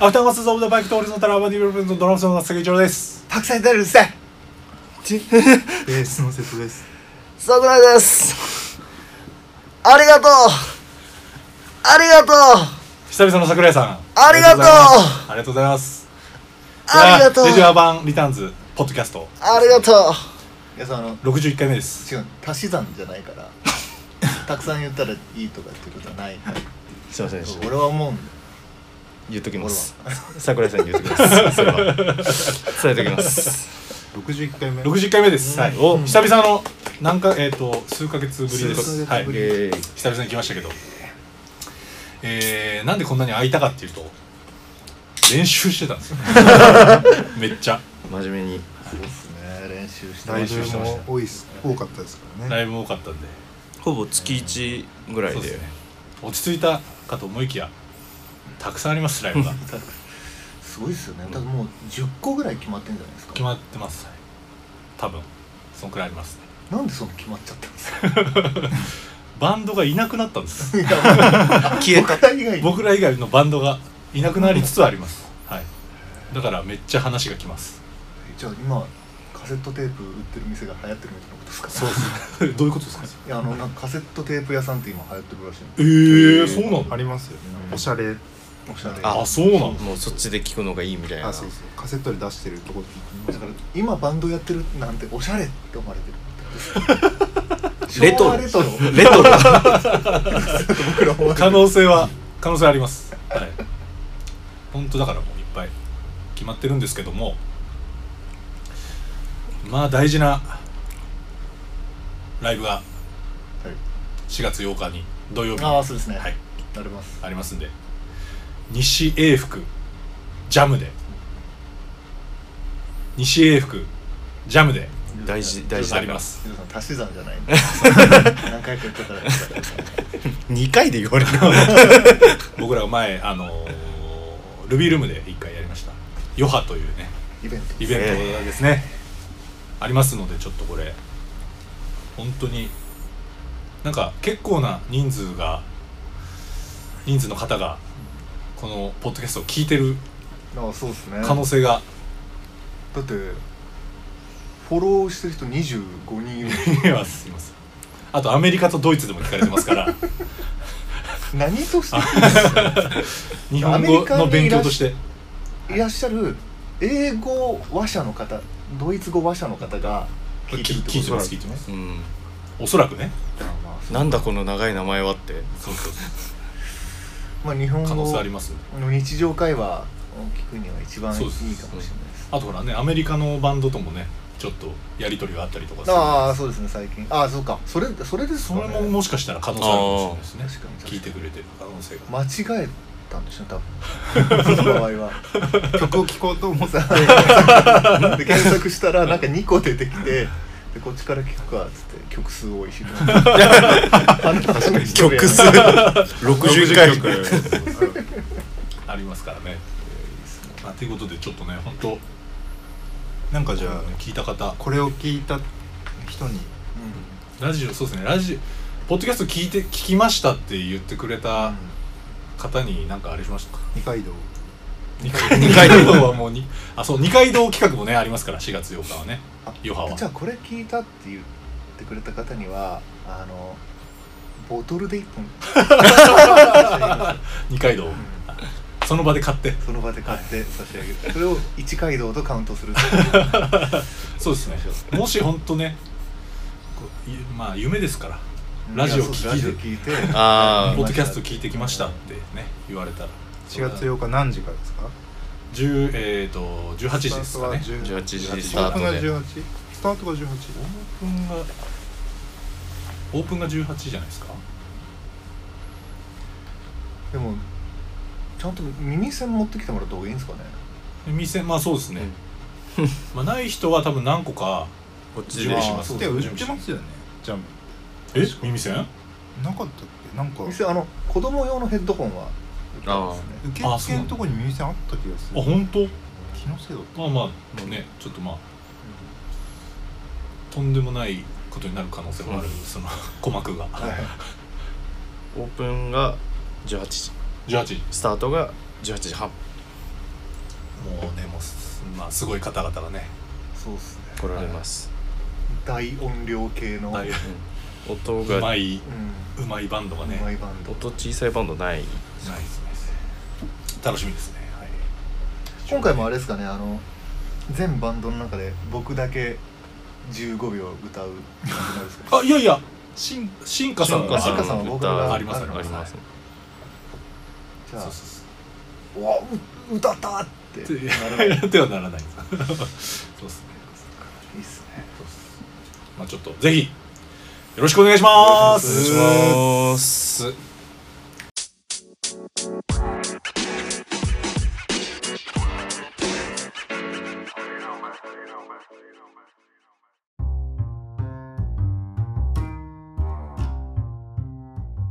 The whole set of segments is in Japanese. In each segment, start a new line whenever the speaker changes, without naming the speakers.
アフターマスズ・オブ・ザ・バイクとオリゾンタル・アバディ・ブルプンのドラムソンの杉一郎です。
たくさん出るせ
ベ
ち
ースの説です。
桜井ですありがとうありがとう
久々の桜井さん。
ありがとう
ありがとうございます。
ありがとう
レジュア版リターンズ、ポッドキャスト、
ありがとういやその
61回目です。
違う足し算じゃない からたくさん言ったらいいとかってことはない
すいませんでした
俺は思うん
言っとき
俺は
ます桜井さんに言っときますそれは伝えときます
61回目
60回目です。はい。
お
久々の、何か、えっ、と、数ヶ月ぶりです。
数
はい
ヶ月ぶ。り
えー
久々に来ましたけど。えー、なんでこんなに空いたかっていうと、練習してたんです よ。めっちゃ。
真面目に
そうですね練習して
来
練
週
習してま
も
した
多いっす多かったですからね
ライブも多かったんで。
ほぼ月1ぐらい
そう
で
ですね。落ち着いたかと思いきや、たくさんあります、ライブが。
すごいですよね多分もう10個ぐらい決まってんじゃないですか
決まってます、はい、多分そんくらいありますね
なんでそんな決まっちゃっ たんですか
バンドがいなくなったんです
消え
僕ら以外に
僕ら以外のバンドがいなくなりつつあります、はいだからめっちゃ話がきます
じゃあ今カセットテープ売ってる店が流行ってるみたいなことですか
そうです どういうことですか
いやあのなんかカセットテープ屋さんって今流行ってるらしい
ええ
ー
そうな
あ
の
りますよねおしゃれ
のおしゃれ
あ
あそうなの
もうそっちで聞くのがいいみたいな
あそうそうカセットで出してるとこって
だから今バンドやってるなんておしゃれって思われてる
レト
昭
ロ
和レトロ
レトロ
僕ら思われて
可
る
能性は可能性ありますはい本当だからもういっぱい決まってるんですけどもまあ大事なライブが
はい
4月8日に土曜日に
ああそうですね
はい
なります
ありますんで西英福ジャムで西英福ジャムで
大事大事
あ
だ
り
か
ま
ら
す
ヒロさん足し算じゃない何回か言ってたら
2回で言われる
僕らが前あのールビールームで一回やりましたヨハというね
イベント
イベントですねありますのでちょっとこれ本当になんか結構な人数が人数の方がこのポッドキャストを聞いてる
ああそうですね
可能性が
だってフォローしてる人25人いる
い ますいますあとアメリカとドイツでも聞かれてますから
何として
日本語の勉強として
いらっしゃる英語話者の方ドイツ語話者の方が聞いてるってこと
聞いてます聞いてます
うん
おそらくね
まあまあそう
なんだこの長い名前はって
そうそう
まあ日本
可能性あり
語
ますよね
の日常会話を聞くには一番いい
そう
か
で
もし
す
れないです
あとほらねアメリカのバンドともねちょっとやり取りがあったりとかする
ああそうですね最近ああそうかそれそれです
そ
か
れ
ね
ももしかしたら可能性あるかもしれないですね
あー確かに確か
聞
に
いてくれてる可能性が
間違えたんでしょ多分その場合 は
曲を聴こうと思って
で検索したらなんか2個出てきてでこっちから聞くかっつって曲数多 いし
曲
曲
数60回
ありますからねまあということでちょっとね本当
なんかじゃあ
聞いた方
これを聞いた人に
ラジオそうですねラジオポッドキャスト聞いて聞きましたって言ってくれた方に何かあれしましたか
二階堂
二階二階堂はもうにあそう二階堂企画もねありますから4月8日はね余波は
じゃあこれ聞いたって言ってくれた方にはあのボトルで1本
二階堂その場で買って
その場で買って差し上げる、それを一街道とカウントする
そうですねもし本当ねこういまあ夢ですから ラジオ聞いて
ラジオ聞いて
あ
ポッドキャスト聞いてきましたってね言われたら
4月8日何時からですか
10えっ、と18時ですかね
スタートは
18時ス
ス
ター
ター
ト
トが
で
18スタートが
オ
18
ープンがオープンが18じゃないですか
でもちゃんと耳栓持ってきてもらった方がいいんですかね
で店まあそうですね、まあない人は多分何個か
こっちでします
そう
で売ってますよねジャム
え耳栓
なかったっけなんか
店あの子供用のヘッドホンは売ってますね
受付のとこに耳栓あった気がす
あ
る
本当
気のせいだっ
まあまあねちょっとまあとんでもないことになる可能性もある、
うん
その鼓膜が
はい
オープンが18時
18時
スタートが18時半
まあすごい方々がね
そうっすね
来られます、
大音量系の、
大
うん音
う
が
まいううまいバンドが
ん、
ね
うまいバンド
音小さいバンドな
な
い
いですね楽しみですねはい
今回もあれですかねあの全バンドの中で僕だけ15秒歌う感じなんで す
あ
か、ね、
いやいやしん進化さん
進化
が
さん
あ
僕
歌
が
ありますあり
あ
ま
り
す
ます
じ
そう
ゃあ
そうそう
「おう歌った!」って
って
な るい
ではならないそうですね
いっすね
まあちょっとぜひよろしくお願いします
よろしくお
願いします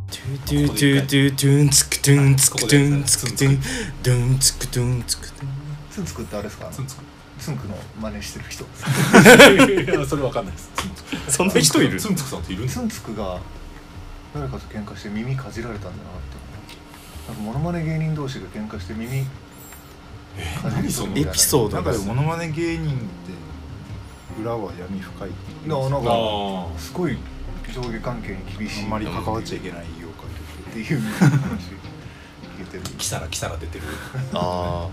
トゥトゥトゥトゥトゥンツクトゥンツクトゥンツクトゥンドゥンツクドゥンツクトゥン
ツンツクってあれですか
ツンツ
ツンクの真似してる人
ク いやそれわかんないですツンツク
そんな人いる
ツンツクさんっているんです
ツンツクが誰かと喧嘩して耳かじられたんじゃなかったかななんかモノマネ芸人同士が喧嘩して耳かじ
何
り
そ
そう
の
み
エ
たい
ピソード
中
で
ですモノマネ芸人って裏は闇深いって
な
言います
な
よ
んか
ああ
すごい上下関係に厳しい
あんまり関わっちゃいけない業界
っていう話聞いてる
キサラキサラ出 てる
あ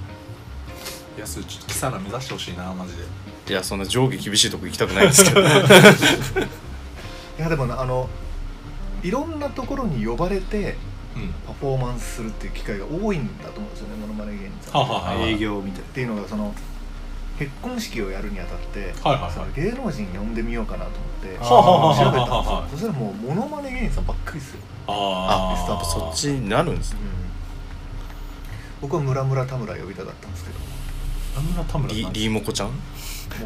いやそれちょっとキサラ目指してほしいなマジで
あいやそんな上下厳しいとこ行きたくないですけど
いやでもなあのいろんなところに呼ばれて
うん
パフォーマンスするっていう機会が多いんだと思うんですよねモノマネ芸人さん
はあ
って
はあはあ
営業みたい
っていうのがその結婚式をやるにあたって、
はいはいはい
その芸能人呼んでみようかなと思って
はあはあはあ
調べたんで
は
すよ、
あはあ
そしたらもうモノマネ芸人さんばっかりですよ、
あ
あスタート
そっちになるんですね
僕は村村田村呼びたかったんですけど
ラムラ田村
リ
さん
リーモコちゃん
もう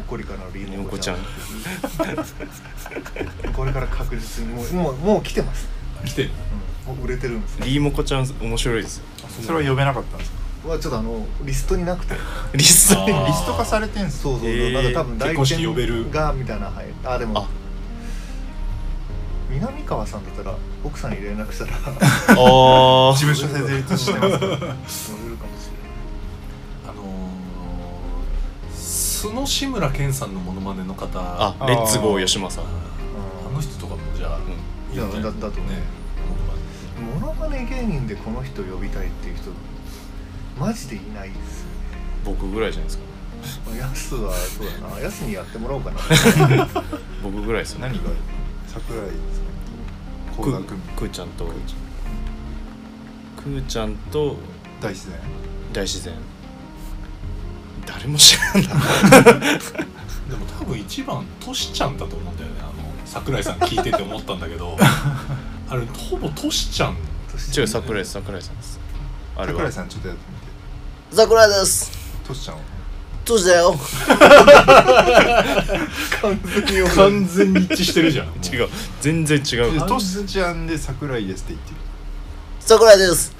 これからリーノコ
リ
これから確実にもうもうもう来てます、
来てる
うん、もう売れてるんですよ
リーモコちゃん面白いですよ
なそれは呼べなかったんですか
はちょっとあのリストになくて
リストに
あー
リスト化されてんす
そうそうそう、
えー
なんか多分
結婚式呼べる
がみたいなはいあでも
あ
南川さんだったら奥さんに連絡 したら呼
あ
事務所設立してますから
べるかもし
あのー、素の志村けんさんのモノマネの方
あ
あ
レッツゴー吉間さん、
あの人とかもじゃあ、
う
れないうんいやだだとね
ね
モノマネ芸人でこの人呼びたいっていう人マジでいな いです
ん僕ぐらいじゃないですか
よねヤスはそうだなヤスにやってもらおうかな
僕ぐらいですよね
何が桜井さん
く
と倖田來未
くーちゃんとくーちゃんと
大自然
大自然誰も知らんな
でも多分一番トシちゃんだと思うんだよねあの桜井さん聞いてて思ったんだけどあれほぼトシちゃん
違う桜井です桜井さんですあれ
桜
は
井さんちょっとやってみて
桜井です
トシちゃんを
どうしたよ
完全に呼ぶ
完全に一致してるじ ゃん
違
う
う全然違う
でトシちゃんで桜井ですって言ってる
桜井です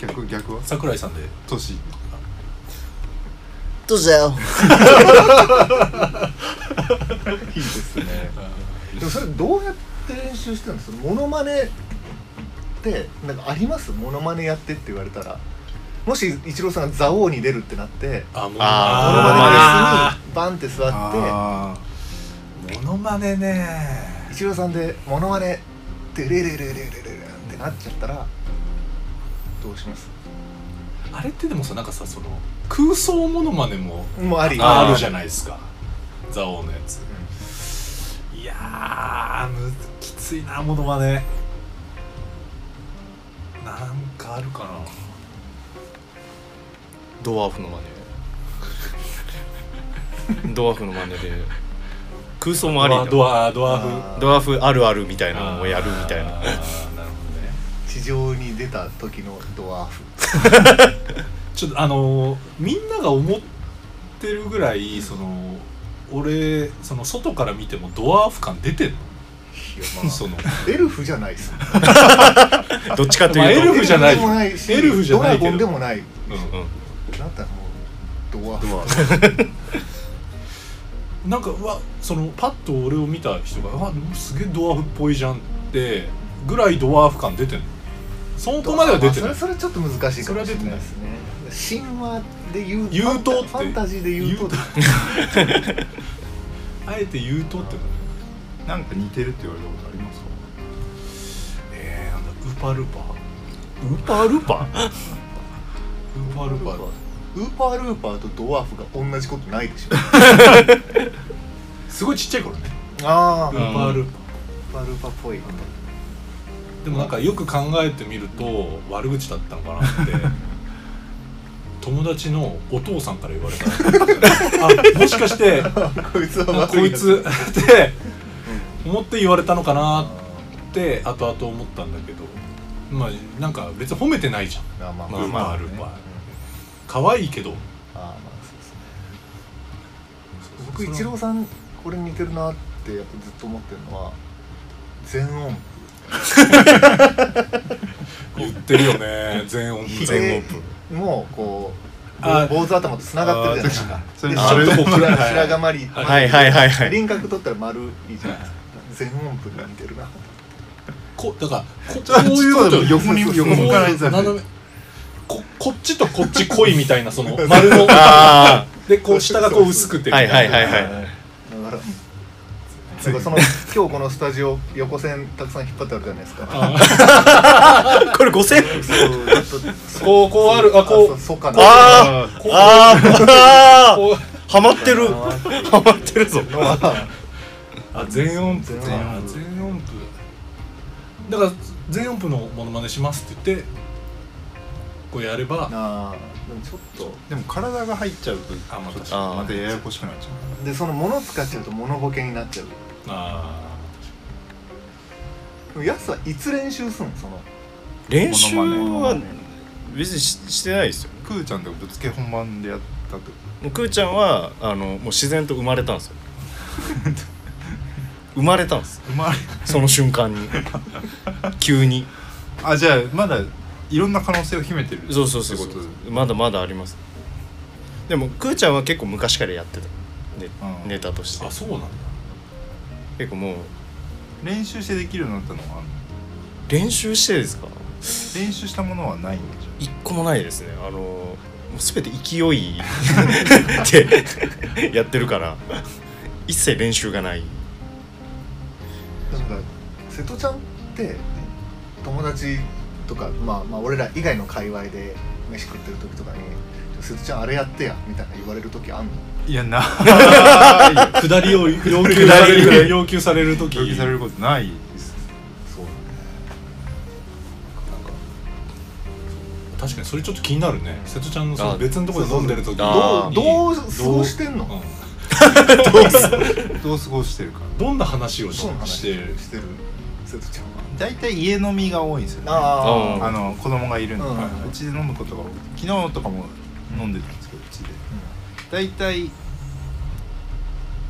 逆逆は
桜井さんで
トシ
どうしたよ
いいですねでもそれどうやって練習してるんですかモノマネってなんかありますモノマネやってって言われたらもしイチローさんが蔵王に出るってなって
あもう
モノマ
あ
ネ別にバンって座っ
あ
モノマネね
てイチローさんでモノマネってレレレレレレレってなっちゃったらどうします
あれってでもさなんかさその空想モノマネも
もうあり
あるじ
ゃん
ゃないですか蔵王のやついやーむきついなものはねなんかあるか
ドワーフの真似ドワーフの真似で空想
な
もありだ
ドワドワーフ
あー
ドワーフあるあるみたいなのをやるみたい
あ
な
ーなるほどね
地上に出た時のドワーフ
ちょっとあのーみんなが思ってるぐらいその俺その外から見てもドワーフ感出てんの、
いやま
その
あエルフじゃないです
どっちかと
まあエル
いう
フじゃない
エルフでもないし
エルフじゃないけど
ドラゴンでもない
うん
と、うん、
なんだろうドワーフ
なんかうわそのパッと俺を見た人が「うわすげえドワーフっぽいじゃん」ってぐらいドワーフ感出てんのそこまでは出て
ま
な
あ
い
それそれちょっと難しいかもしれ
それ
な
はい出てない
ですね神話で言う
言うとって
ファンタジーで言うとって
あえて言うとってこと
なんか似てるって言われたことありますか
えー、なんだウーパールーパー
ウーパールーパー
ウーパールーパー
ウーパールーパーとドワーフが同じことないでしょ
すごいちっちゃい頃ね
あ
ウ
ウー
ーパールーパ
パールーパーっぽい
ーでもなんかよく考えてみると悪口だったのかなって友達のお父さんから言われたあもしかして
こいつは
あ
悪
こい
や
つ って思って言われたのかなって後々思ったんだけどまあなんか別に褒めてないじゃん
あま
まあ
あまあ
まあ
まあ
ある
ね
まあ可愛いけど
あまあそうですね僕イチローさんこれ似てるなってやっぱずっと思ってるのは全音
言ってるよね全音
ひ
符
げ
全音
もうこう
あ
坊主頭と繋がってるじゃないですか
あ
で
ー
ち
それ
ょっとこう
あれ
白白髪まり
はいはいはいはい
輪郭取ったら丸いいじゃないですか全音符に似てるな
こだからここういうこと
ちょっ
よ
横に
そうそう
横向かないで
斜めここっちとこっち濃いみたいなその丸の
あ
でこう下がこう薄くて
あはいはいはい
い
はい
だからなんかその今日このスタジオ横線たくさん引っ張ってあるじゃないですか
これ5000
そうだと
こうこうあるあこ
そう
う
そうかな
あーあーあー
こう
ハマってるハマってるぞ
のは
あ全音符
全
か
音符
全音符だから全音符のモノマネしますって言ってこうやれば
なあでもちょっと
でも体が入っちゃうと
あまあ
ちょっ
確
と
かに
またややこしくなっちゃ
でその物使っちゃうと物ボケになっちゃう
あ
でもやつはいつ練習すんのその
練習
モノ
は
マネ
別にししてないですよ
うくーちゃんでぶつけ本番でやったってこと
もうくーちゃんはあのもう自然と生まれたんです よ生まれたんです
生まれ
その瞬間に急に
あじゃあまだいろんな可能性を秘めてる
そうそうそうそ
ってことで
うまだまだありますでもくーちゃんは結構昔からやってたで
うん
ネタとして
ーあそうなんだ
結構もう
練習してできるようになったのはあんの
練習してですか
練習したものはないんでし
一個もないですねあのもう全て勢 いでやってるから一切練習がない
なんか瀬戸ちゃんって友達とか、まあ、まあ俺ら以外の界隈で飯食ってる時とかに「瀬戸ちゃんあれやってや」みたいな言われる時あんの
ょいやない
下りを要求される要求される時
要求されることない です
そう
なんか確かにそれちょっと気になるね瀬戸ちゃんのそ
あ
の別のところで飲んでる時
あー
どうどう過ごしてんの
う
どう過ごしてるか
どんな話をし
どんな話
してる
してる瀬戸ちゃんは
大体家飲みが多いんですよね
あ
あ
あの子供がいるんで、
うん
うちで飲むことが多い昨日とかも飲んでたんですけどうちで大体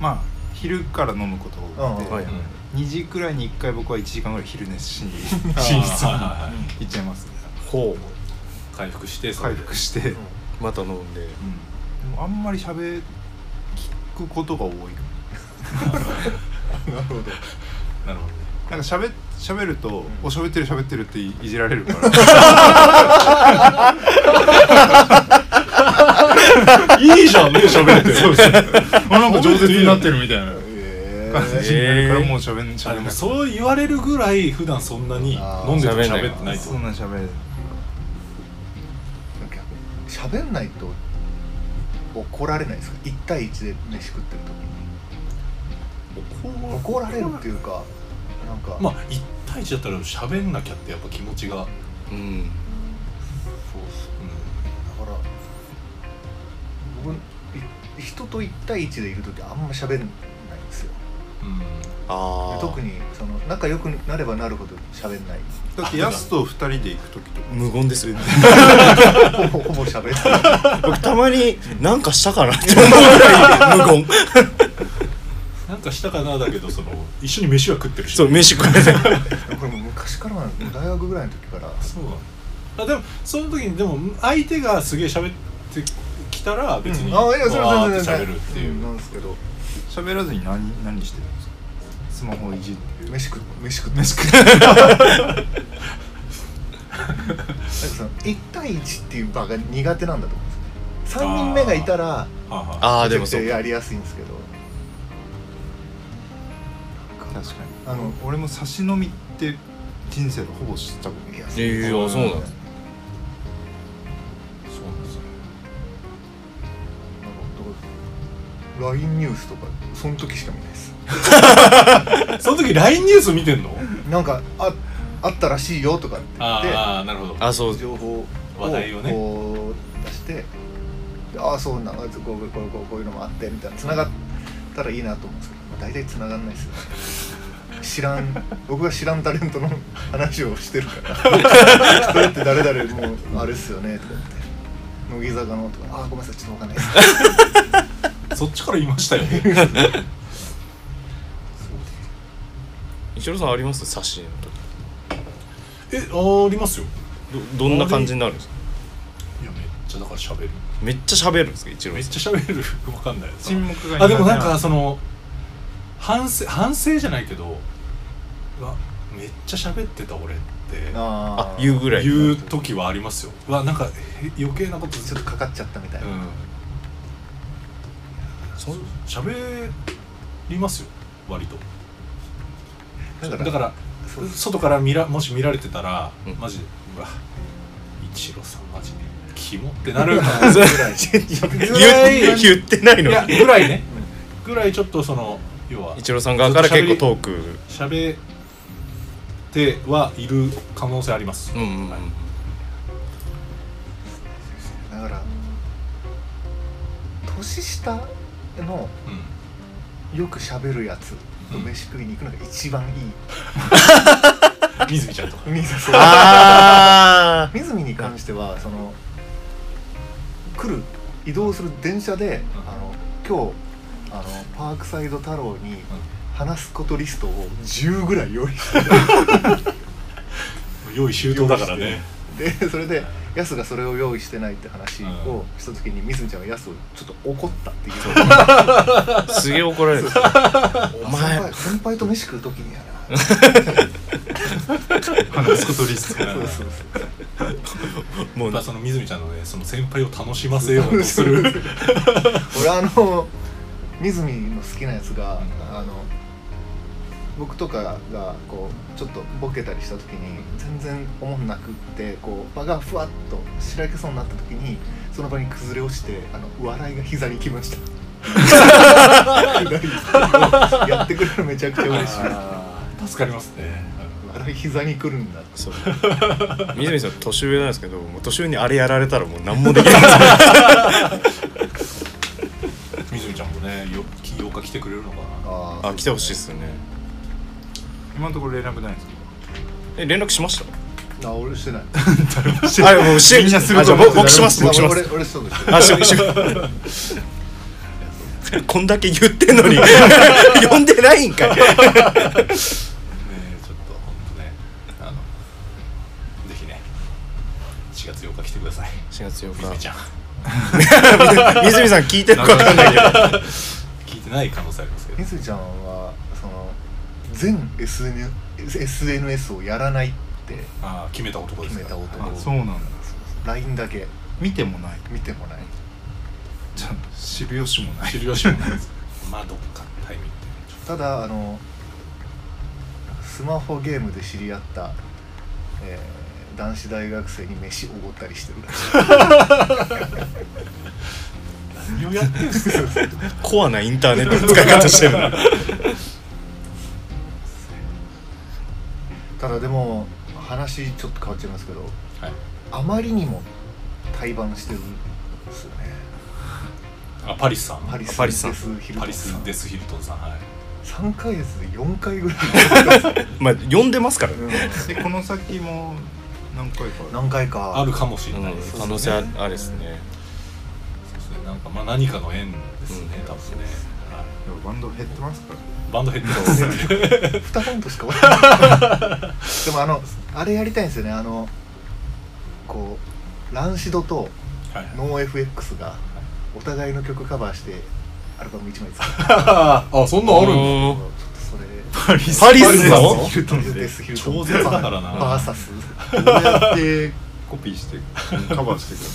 まあ昼から飲むことが多くて、
うん
はいはい
2時くらいに1回僕は1時間ぐらい昼寝 しに
寝室
あ
は
ー
い
行っちゃいますね
ほ
回復してそれ
回
で
復して、うん
うまた飲んで
でもあんまり喋聞くことが多い
な
な
るほど
るほどね
なんか喋喋ると、お喋ってる喋ってるっていじられるから
いいじゃんね喋れて
そうそうあなんか饒舌になってるみたいな
え
感じになるからもう喋んしゃ
あで
べ
も
んなく
そう言われるぐらい普段そんなに飲んでても喋ってないと
そんな喋
ー、
る
喋んないと怒られないですか1対1で飯食ってる時に怒られるっていうかなんか
まあ1対1だったら喋んなきゃってやっぱ気持ちが、
うん
そうそうだから僕い人と1対1でいる時あんま喋んないんですよ
うんうん
ああ
特にその仲良くなればなるほど喋んない
だってやすと2人で行く時とか
無言ですよ
ほぼほぼ喋ってない
僕たまになんかしたかなって思うぐらい無言
なんかしたかなだけどその 一緒に飯は食ってるし
そう飯食えない
これもう昔からなんです大学ぐらいの時から
そうあでもその時にでも相手がすげえ喋ってきたら別に、
うんあいやそれ
わ
は
ー
全
って
然
喋るっていう、
んなんですけど
喋らずに何何してるんですかスマホいじってる
飯食って飯食って飯食ってなんかその1対1っていう場が苦手なんだと思うんです3人目がいたら
はあはあ
あ
め
あ
ち
で
ゃ
も
く
そ
ちゃ
うか
やりやすいんですけど
確かに
あ
あ
の
の俺も差し飲みって人生でほぼ知ったことない
いや
えーいやそうなんだ
そうなんですね
なんか LINE ニュースとかその時しか見ないです
その時 LINE ニュース見てんの
なんかああったらしいよとかって言って
ああなるほど
あそう
情報を
話題をね
こう出してでああそうなんだこうこうこうこういうのもあってみたいな繋がったらいいなと思うんですけど、まあ、大体繋がんないですよね知らん 僕が知らんタレントの話をしてるから「 それって誰々もうあれっすよね」とか言って「乃木坂の」とか「ああごめんなさいちょっとわかんないです」
そっちから言いましたよ ね
一郎さんあります差しの
えありますよ
時どどんな感じになるんですか
いやめっちゃだから喋る
めっちゃ喋るんですか一郎
めっ
さ
ちゃ喋るわかんないその
沈黙が
あでもなんかその反省反省じゃないけどうわめっちゃ喋ってた俺って
ん
あ
あ言うぐらい
言う時はありますようわなんかえ余計なこと
ちょっとかかっちゃったみたいな、
う
そ
ん喋りますよ割とだから
そうです
外から見らもし見られてたら、
うん
マジでうわ一郎さんマジでキモってなる
それ
ぐらい
言っ言ってないの
いや
に
ぐらいねぐらいちょっとその要は
一郎さん側から結構トーク
喋ってはいる可能性あります、
うんうんうん
だから年下の
う
よく喋るやつと飯食いに行くのが一番いい、
ん、水見ちゃんとか
水そう
ああ
水見に関してはその来る移動する電車で、
うん
あの今日あのパークサイド太郎に話すことリストを10ぐらい用意して
用意周到だからね
でそれでヤスがそれを用意してないって話をした時に水見ちゃんがヤスをちょっと怒ったっていう
すげえ怒られるお
先
前
輩先輩と飯食う時にやな
話すことリスクな
そうそうそう
もう
まあその水見ちゃんのねその先輩を楽しませようとする
俺あの水見の好きなやつが、あの僕とかがこうちょっとボケたりした時に全然おもんなくってこう場がふわっとしらけそうになった時にその場に崩れ落ちてあの笑いが膝にきました 左やってくれるのめちゃくちゃ嬉し い
助かりますね
笑い膝に来るんだ
そう水見さん年上なんですけどもう年上にあれやられたらもう何もできない
水見ちゃんもねよ金曜日来てくれるのかな
あ
あ来てほしいっ
い
すよね
今のところ連絡ないんです
え連絡しました
あ俺してない
あれもうし
みんなする
あじゃあ
と思う
僕僕します
あ
僕しま
俺
す
俺そうです
あしし こんだけ言ってん のに呼んでないんかい
ねちょっと本当ねあのぜひね4月8日来てください
4月
水見
8
ちゃ
日
ん
水見さん聞いてるか分かんないけ ど
聞いてない可能性ありますけど
みずちゃんはその全 SN SNS をやらないって
ああ決めた男です
決めた男
あそうなんだ
LINE だけ
見てもない
見てもない
じゃあ知る由もない
知る由もないですまあどっかのタイミングでちょ
ただあのスマホゲームで知り合った、えー男子大学生に飯おごったりしてるらしい
っと何をやってんすか
コアなインターネットの使い方してるな
ただでも話ちょっと変わっちゃいますけど
はい
あまりにも対バンしてるんですよね
あパリスさん
パリス
パリスさん
デスヒル
パ
ト
リ
ンさん
ス・デス・ヒルトンさんはい
3ヶ月で4 回ぐらい、
まあ呼んでますからね
う
でこの先も何回か
ん何回か
あるかもしれないです、
うん可能性ああれですね
そうですねなんかまあ何かの縁ですね、多分ね、はい
やバンド減ってますから
いバンドヘッドですね
2本としかな いでもあのあれやりたいんですよねあのこうランシドと
はいはい
ノー f x がお互いの曲カバーしてアルバム1枚作る
あそんなんあるんだ
ちょっ
の
とそれ
パリス
パリス
さ
さ
ん
ん
の
ヒルトンデスヒルトン
超絶だからな
バーサス
どうやってコピーしてカバーしてくる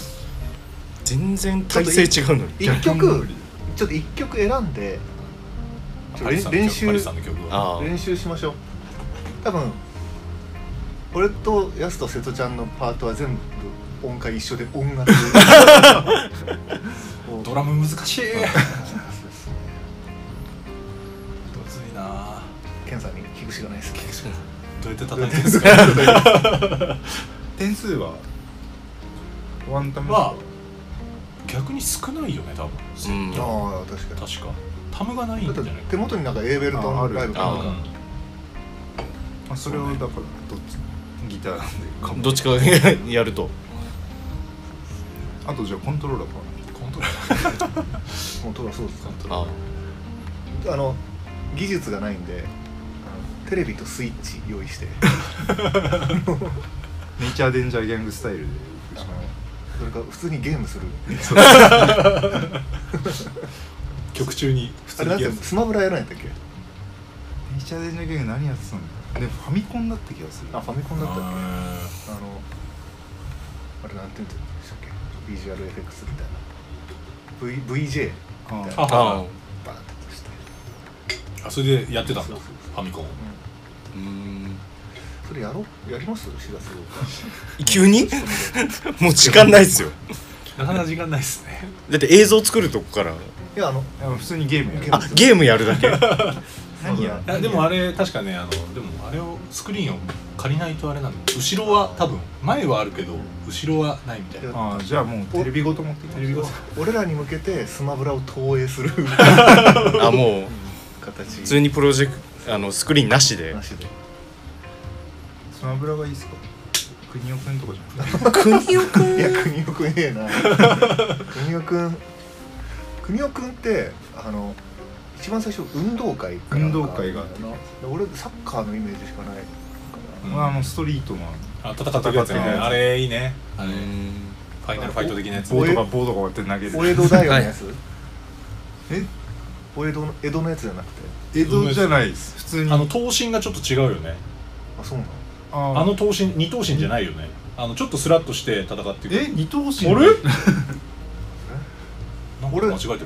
全然体勢違うのに
一
逆
曲
に
ちょっと一曲選んでちょ
ハリさんの曲
練習
ハリさんの曲は
ああ
練習しましょう多分俺とヤスと瀬戸ちゃんのパートは全部音階一緒で音 楽を
ドラム難しいむ
そうですね
ずいな
ケンさんに聞くしかないです聞くしかない
どうやって叩いてるんですか
点数はワンタム
は逆に少ないよね多分
うん
ああ確か
確かタムがないんじ
に
ゃ
だっ
ない
て
か
手元になんかエーベルト
ああ
ン
る
ライブかなんか
あ
あそれをだからどっちギターでか
どっちかがやると
あとじゃあコントローラーか
うんコントロー
もうとはそうです
ラーコントロー
あ
あの技術がないんであのテレビとスイッチ用意して
ネイチャーデンジャーギャングスタイルで
あのそれから普通にゲームする
曲中に普
あ
通
れ
に
なん
ゲー
て
ムする
スマブラやらないんだっけ
ネイチャーデンジャーギャング何やってたんだでもファミコンだった気がする
あファミコンだったっけあ
あ
のあれなんて言うんでしたっけビジュアル FX みたいな v VJ みたいな
あ
バ
あ
あ
ーンって押して、
ーあそれでやってたんだ
そうそう
ファミコン
う
うん
ん、それやろうやります知らせようか
急に もう時間ないっすよ
なかなか時間ないですね
だって映像作るとこから
いやあの
いや普通にゲームやる
あゲームやるだけ
何や
いやでもあれ確かねあのでもあれをスクリーンを借りないとあれなんで後ろは多分前はあるけど後ろはないみたいな
あじゃあもうテレビごと持ってきて
俺らに向けてスマブラを投影 する
あもう
形
普通にプロジェクトあのスクリーンなしで
なしで
スマブラがいいっすか国尾くんとかじゃなくて
いや国尾くんええな国尾くん国尾くんってあの一番最初運動会かなんか
運動会があった
な俺サッカーのイメージしかないか
うん
まああのストリートの
あ戦ってるやつみたいなあれいいねあ
う
れフ
ん
ァイナルファイト的なやつ
棒
お
ね
とか棒とか割って投げる
なお江戸大学のやつ、
え
お江戸の江戸のやつじゃなくて
江戸じゃないです普通に
あの頭身がちょっと違うよね
あそうなの
あ
あの頭身二頭身じゃないよねあのちょっとスラッとして戦っていく
え二等身
あれなんか
俺
間違えてるか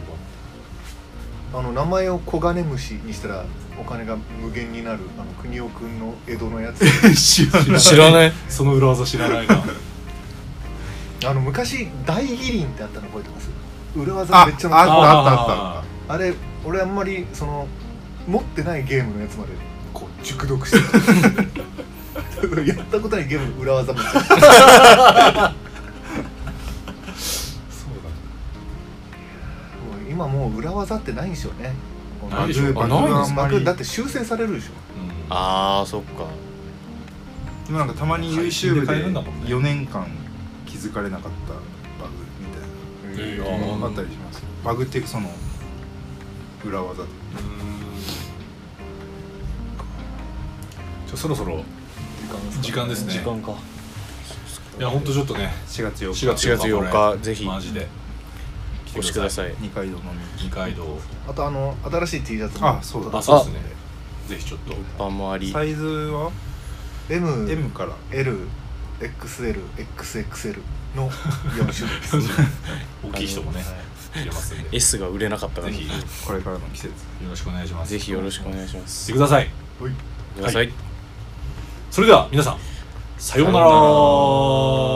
あの名前を黄金虫にしたらお金が無限になるあの国尾くんの江戸のやつ
知らない
知らない
その裏技知らない な
あの昔大義林ってあったの覚えてます裏技
あ
めっちゃ
あ
あ
ったあったあった
あ
あれ俺あんまりその持ってないゲームのやつまでこう熟読してた やったことないゲームの裏技もやってた
ーそう
もう今もう裏技ってないんでしょうね
ないでしょ
バグ
あないん
が
で
あん
バ
ま
グ
り
だって修正されるでしょ
だ、
ああそっか
今なんかたまに
配信で
YouTube
買えるん
で
だもんね
4年間気づかれなかったバグみた
うん、え
いな
ー、
のがあったりしますバグっていうかその裏技で
ちょそろそろ時間ですね
か
いや本当ちょっとね
4月
4
4日
月
4
4
日
日
これぜひ
マジで
お越しください
二階堂の
二階堂
あとあの新しい T シャツも
あそうだ
あそうですねぜひちょっと
パンもあり
サイズは M から
MLXLXXL の4種類です、
大きい人もね入れますんで
S が売れなかったか
ぜ
ら
ひ
ぜ
よ
これからの季節
ろしくお願いします
ひよろしくお願いします
してください
はい
ください
それでは皆さんさような
さような
ら